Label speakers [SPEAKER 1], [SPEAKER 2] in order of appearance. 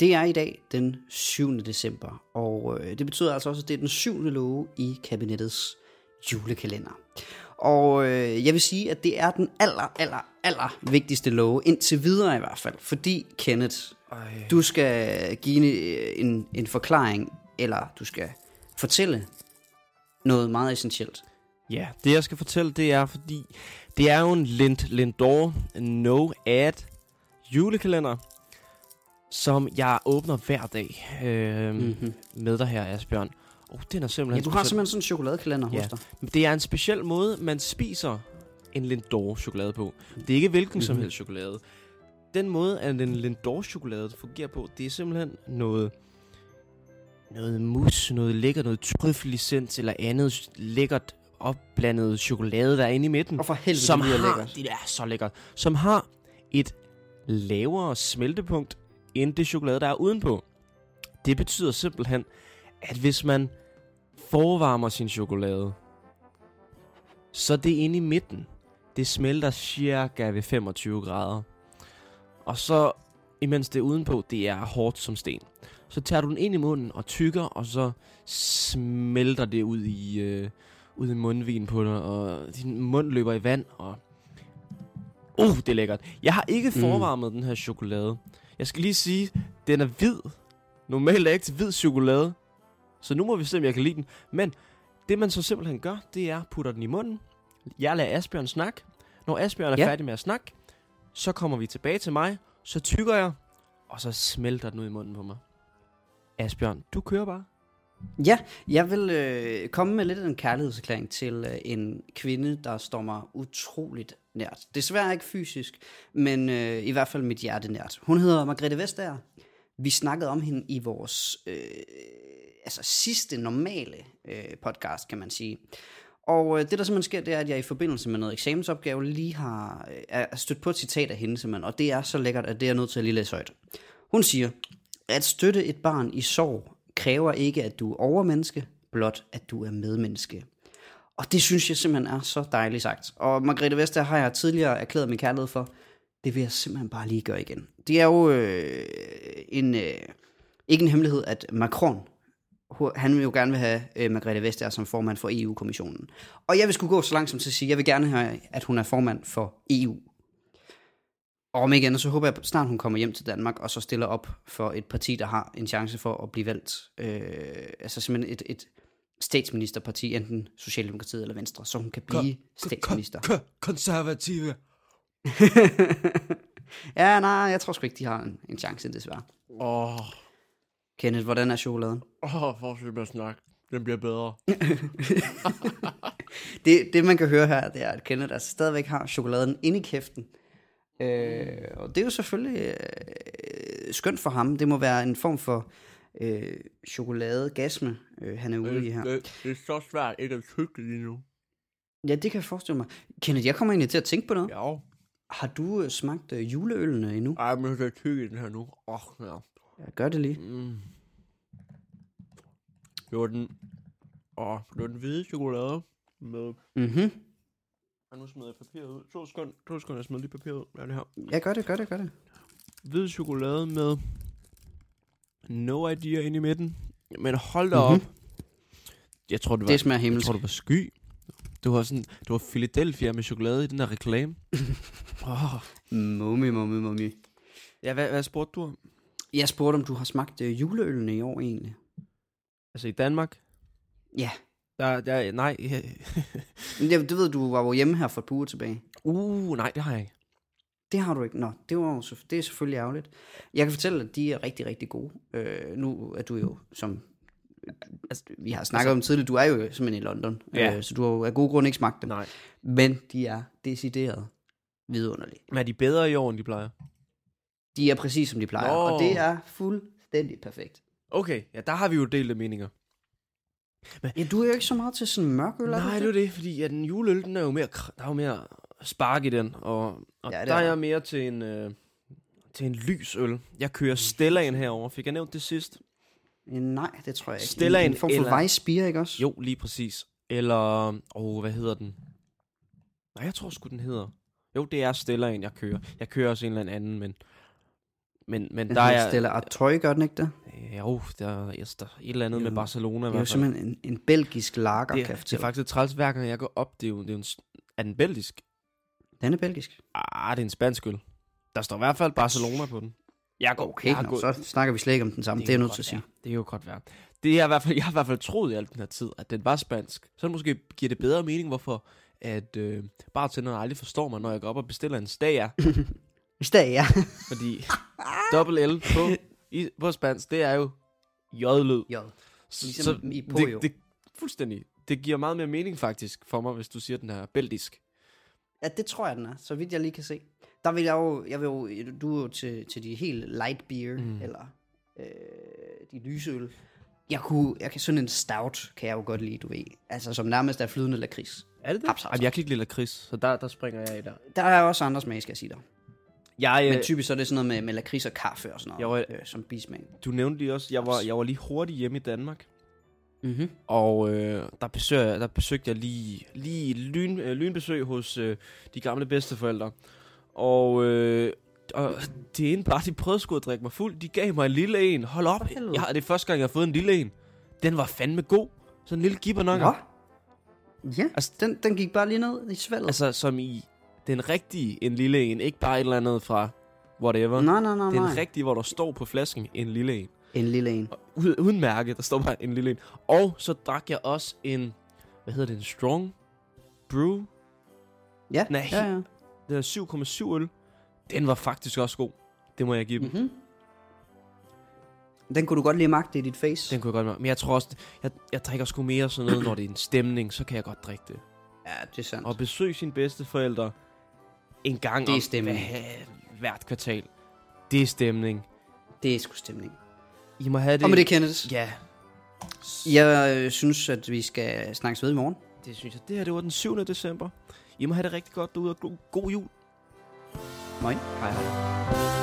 [SPEAKER 1] Det er i dag den 7. december, og øh, det betyder altså også, at det er den syvende låge i kabinettets julekalender. Og øh, jeg vil sige, at det er den aller, aller, aller vigtigste låge, indtil videre i hvert fald. Fordi, Kenneth, Ej. du skal give en, øh, en, en forklaring, eller du skal fortælle noget meget essentielt.
[SPEAKER 2] Ja, det jeg skal fortælle, det er, fordi det er jo en Lind Lindor No Ad julekalender, som jeg åbner hver dag øh, mm-hmm. med dig her, Asbjørn. Oh, den er
[SPEAKER 1] Mm. Ja,
[SPEAKER 2] simpelthen
[SPEAKER 1] du har
[SPEAKER 2] speciel.
[SPEAKER 1] simpelthen sådan en chokoladekalender hos
[SPEAKER 2] Ja.
[SPEAKER 1] dig.
[SPEAKER 2] Men Det er en speciel måde, man spiser en Lindor-chokolade på. Det er ikke hvilken som
[SPEAKER 1] Mhm.
[SPEAKER 2] helst chokolade. Den måde, at en Lindor-chokolade fungerer på, det er simpelthen noget noget mus, noget lækkert, noget trøffellicens eller andet lækkert opblandet chokolade, der er inde i midten.
[SPEAKER 1] Og for helvede,
[SPEAKER 2] som
[SPEAKER 1] det lyder
[SPEAKER 2] har,
[SPEAKER 1] lækkert.
[SPEAKER 2] Det er så lækkert. Som har et lavere smeltepunkt end det chokolade, der er udenpå. Det betyder simpelthen, at hvis man forvarmer sin chokolade, så det inde i midten, det smelter cirka ved 25 grader. Og så, imens det er udenpå, det er hårdt som sten. Så tager du den ind i munden og tykker, og så smelter det ud i, øh, ud i mundvin på dig, og din mund løber i vand, og... Uh, det er lækkert. Jeg har ikke
[SPEAKER 1] Mm.
[SPEAKER 2] forvarmet mm. den her chokolade. Jeg skal lige sige, den er hvid. Normalt er jeg ikke til hvid chokolade. Så nu må vi se, om jeg kan lide den. Men det, man så simpelthen gør, det er, putter den i munden. Jeg lader Asbjørn snakke. Når Asbjørn er
[SPEAKER 1] Ja.
[SPEAKER 2] ja. færdig med at snakke, så kommer vi tilbage til mig. Så tykker jeg, og så smelter den ud i munden på mig. Asbjørn, du kører bare.
[SPEAKER 1] Ja, jeg vil øh, komme med lidt af en kærlighedserklæring til øh, en kvinde, der står mig utroligt nært. Desværre ikke fysisk, men øh, i hvert fald mit hjerte nært. Hun hedder Margrethe Vestager. Vi snakkede om hende i vores øh, altså sidste normale øh, podcast, kan man sige. Og øh, det, der simpelthen sker, det er, at jeg i forbindelse med noget eksamensopgave lige har øh, er stødt på et citat af hende, simpelthen, og det er så lækkert, at det er jeg nødt til at lige læse højt. Hun siger, at støtte et barn i sorg kræver ikke, at du er overmenneske, blot at du er medmenneske. Og det synes jeg simpelthen er så dejligt sagt. Og Margrethe Vestager har jeg tidligere erklæret min kærlighed for. Det vil jeg simpelthen bare lige gøre igen. Det er jo øh, en, øh, ikke en hemmelighed, at Macron, hu- han vil jo gerne vil have øh, Margrethe Vestager som formand for EU-kommissionen. Og jeg vil skulle gå så langt som til at sige, at jeg vil gerne have, at hun er formand for EU. Og om ikke andet, så håber jeg snart, hun kommer hjem til Danmark, og så stiller op for et parti, der har en chance for at blive valgt. Øh, altså simpelthen et, et statsministerparti, enten Socialdemokratiet eller Venstre, så hun kan blive statsminister.
[SPEAKER 2] konservative.
[SPEAKER 1] ja, nej, jeg tror sgu ikke, de har en, en chance, desværre.
[SPEAKER 2] Åh,
[SPEAKER 1] Kenneth, hvordan er chokoladen?
[SPEAKER 2] oh, fortsæt med at snakke. Den bliver bedre.
[SPEAKER 1] Det, det, man kan høre her, det er, at Kenneth altså stadigvæk har chokoladen inde i kæften. Øh, og det er jo selvfølgelig øh, skønt for ham. Det må være en form for øh, chokoladegasme, øh, han er ude i her.
[SPEAKER 2] Det, det, er så svært ikke at tykke lige nu.
[SPEAKER 1] Ja, det kan jeg forestille mig. Kenneth, jeg kommer egentlig til at tænke på noget. Ja.
[SPEAKER 2] Ja.
[SPEAKER 1] Har du øh, smagt øh, juleølene endnu?
[SPEAKER 2] Ej, men jeg skal tykke i den her nu. Åh, oh, ja.
[SPEAKER 1] Ja, gør det lige.
[SPEAKER 2] Mm. Det var den... Åh, det var den hvide chokolade med...
[SPEAKER 1] Mhm.
[SPEAKER 2] Og nu smider jeg papiret ud. To sekunder, to sekunder, jeg smider lige papiret ud. Hvad er det her?
[SPEAKER 1] Ja, gør det, gør det, gør det.
[SPEAKER 2] hvid chokolade med no idea ind i midten. Men hold da mm-hmm. op. Jeg tror, det var,
[SPEAKER 1] Det smager
[SPEAKER 2] jeg
[SPEAKER 1] himmelsk.
[SPEAKER 2] tror, det var sky. Det var, sådan, det var Philadelphia med chokolade i den der reklame. oh.
[SPEAKER 1] Mummi, mummi, mummi.
[SPEAKER 2] Ja, hvad, hvad spurgte du om?
[SPEAKER 1] Jeg spurgte, om du har smagt øh, juleølene i år egentlig.
[SPEAKER 2] Altså i Danmark?
[SPEAKER 1] Ja.
[SPEAKER 2] Der, der, nej.
[SPEAKER 1] Men det, det ved du, var jo hjemme her for et par uger tilbage.
[SPEAKER 2] uh, nej, det har jeg ikke.
[SPEAKER 1] Det har du ikke. Nå, det, var, jo så- det er selvfølgelig ærgerligt. Jeg kan fortælle, at de er rigtig, rigtig gode. Øh, nu er du jo, som altså, vi har snakket altså, om tidligere, du er jo simpelthen i London.
[SPEAKER 2] Ja.
[SPEAKER 1] Øh, så du har jo af gode grunde ikke smagt dem.
[SPEAKER 2] Nej.
[SPEAKER 1] Men de er decideret vidunderlige.
[SPEAKER 2] Men er de bedre i år, end de plejer?
[SPEAKER 1] De er præcis, som de plejer,
[SPEAKER 2] Nå.
[SPEAKER 1] og det er fuldstændig perfekt.
[SPEAKER 2] Okay, ja, der har vi jo delte meninger.
[SPEAKER 1] Ja, du er jo ikke så meget til sådan mørk øl, er du
[SPEAKER 2] Nej, det er jo det, fordi at en juleøl, den er jo mere, kr- der er jo mere spark i den, og, og
[SPEAKER 1] Ja,
[SPEAKER 2] ja,
[SPEAKER 1] det
[SPEAKER 2] der
[SPEAKER 1] er
[SPEAKER 2] er
[SPEAKER 1] der.
[SPEAKER 2] jeg mere til en, øh, til en lys øl. Jeg
[SPEAKER 1] Mm.
[SPEAKER 2] kører Stellaen herover. fik jeg nævnt det sidst?
[SPEAKER 1] det? Nej, det tror jeg ikke.
[SPEAKER 2] Stiller
[SPEAKER 1] en,
[SPEAKER 2] en
[SPEAKER 1] form
[SPEAKER 2] eller-
[SPEAKER 1] for vejspirer, ikke også?
[SPEAKER 2] Jo, lige præcis. Eller, åh, hvad hedder den? Nej, jeg tror sgu, den hedder. Jo, det er Stellaen, jeg kører. Jeg kører også en eller anden, men Men, men
[SPEAKER 1] Den
[SPEAKER 2] der er...
[SPEAKER 1] Stella Artois, gør den ikke det?
[SPEAKER 2] Jo, der er yes, der er et eller andet jo. med
[SPEAKER 1] Jo.
[SPEAKER 2] Barcelona.
[SPEAKER 1] Det er
[SPEAKER 2] i
[SPEAKER 1] jo
[SPEAKER 2] hvert fald.
[SPEAKER 1] simpelthen en, en belgisk lager,
[SPEAKER 2] det,
[SPEAKER 1] kan jeg
[SPEAKER 2] det er
[SPEAKER 1] fortælle.
[SPEAKER 2] faktisk lidt træls, hver gang jeg går op. Det er jo, det er jo en, s- er den belgisk?
[SPEAKER 1] Den er belgisk.
[SPEAKER 2] Ah, det er en spansk øl. Der står i hvert fald Barcelona på den. Jeg går,
[SPEAKER 1] Okay,
[SPEAKER 2] jeg har
[SPEAKER 1] nå,
[SPEAKER 2] gået-
[SPEAKER 1] så snakker vi slet ikke om den samme. Det, det er jeg
[SPEAKER 2] jo
[SPEAKER 1] nødt
[SPEAKER 2] godt
[SPEAKER 1] til at sige.
[SPEAKER 2] være. Det er jo godt være. Det er i hvert fald, jeg har i hvert fald troet i al den her tid, at den var spansk. Så måske giver det bedre mening, hvorfor at øh, bartenderen aldrig forstår mig, når jeg går op og bestiller en stager.
[SPEAKER 1] Hvis det er ja.
[SPEAKER 2] fordi dobbelt L på, i, på spansk, det er jo J-lyd.
[SPEAKER 1] Jo.
[SPEAKER 2] Så-
[SPEAKER 1] Ligesom
[SPEAKER 2] så
[SPEAKER 1] i Pojo.
[SPEAKER 2] det, det, fuldstændig. Det giver meget mere mening faktisk for mig, hvis du siger, at den er belgisk.
[SPEAKER 1] Ja, det tror jeg, den er, så vidt jeg lige kan se. Der vil jeg jo, jeg vil jo du er jo til, til de helt light beer, mm. eller øh, de lyse øl. Jeg, kunne, jeg kan sådan en stout, kan jeg jo godt lide, du ved. Altså, som nærmest er flydende lakrids.
[SPEAKER 2] Er det det?
[SPEAKER 1] Haps, haps,
[SPEAKER 2] Jamen, jeg kan ikke lide lakrids, så der, der springer jeg i der.
[SPEAKER 1] Der er også andre smag, skal jeg sige dig.
[SPEAKER 2] Jeg, øh,
[SPEAKER 1] Men typisk så er det sådan noget med, med lakrids og kaffe og sådan noget,
[SPEAKER 2] Jeg
[SPEAKER 1] øh, som bismag.
[SPEAKER 2] du nævnte lige også, jeg var, jeg var lige hurtigt hjemme i Danmark.
[SPEAKER 1] Mm-hmm.
[SPEAKER 2] Og øh, der, besøg, der besøgte jeg lige, lige lyn, øh, lynbesøg hos øh, de gamle bedsteforældre. Og, øh, og det ene bare, de prøvede sgu at drikke mig fuld. De gav mig en lille en. Hold op,
[SPEAKER 1] For helvede.
[SPEAKER 2] jeg, det er første gang, jeg har fået en lille en. Den var fandme god. Sådan en lille gibbernokker.
[SPEAKER 1] Nå. Ja,
[SPEAKER 2] Altså-
[SPEAKER 1] altså, den, den gik bare lige ned i svalget. Altså,
[SPEAKER 2] Altså som i den rigtige en lille en. Ikke bare et eller andet fra whatever.
[SPEAKER 1] nej, nej, nej,
[SPEAKER 2] Den
[SPEAKER 1] nej.
[SPEAKER 2] rigtige, hvor der står på flasken en lille en.
[SPEAKER 1] En lille en.
[SPEAKER 2] Ud, uden mærke, der står bare en lille en. Og så drak jeg også en, hvad hedder det, en strong brew.
[SPEAKER 1] Ja,
[SPEAKER 2] Nej.
[SPEAKER 1] ja, ja.
[SPEAKER 2] Den er 7,7 øl. Den var faktisk også god. Det må jeg give dem.
[SPEAKER 1] Mm.
[SPEAKER 2] Mm-hmm.
[SPEAKER 1] Mhm. Den kunne du godt lige magte i dit face.
[SPEAKER 2] Den kunne jeg godt lide. Men jeg tror også, jeg, jeg drikker sgu mere sådan noget, når det er en stemning, så kan jeg godt drikke det.
[SPEAKER 1] Ja, det er sandt.
[SPEAKER 2] Og besøg sine bedsteforældre en gang
[SPEAKER 1] Det er
[SPEAKER 2] om
[SPEAKER 1] stemning.
[SPEAKER 2] hver- hvert kvartal. Det er stemning.
[SPEAKER 1] Det er sgu stemning.
[SPEAKER 2] I må have det.
[SPEAKER 1] Og med det, Kenneth.
[SPEAKER 2] Ja,
[SPEAKER 1] Jeg øh, synes, at vi skal snakkes ved i morgen.
[SPEAKER 2] det synes jeg. Det her, det var den 7. december. I må have det rigtig godt derude, og god- god jul.
[SPEAKER 1] Moin. Hej, hej.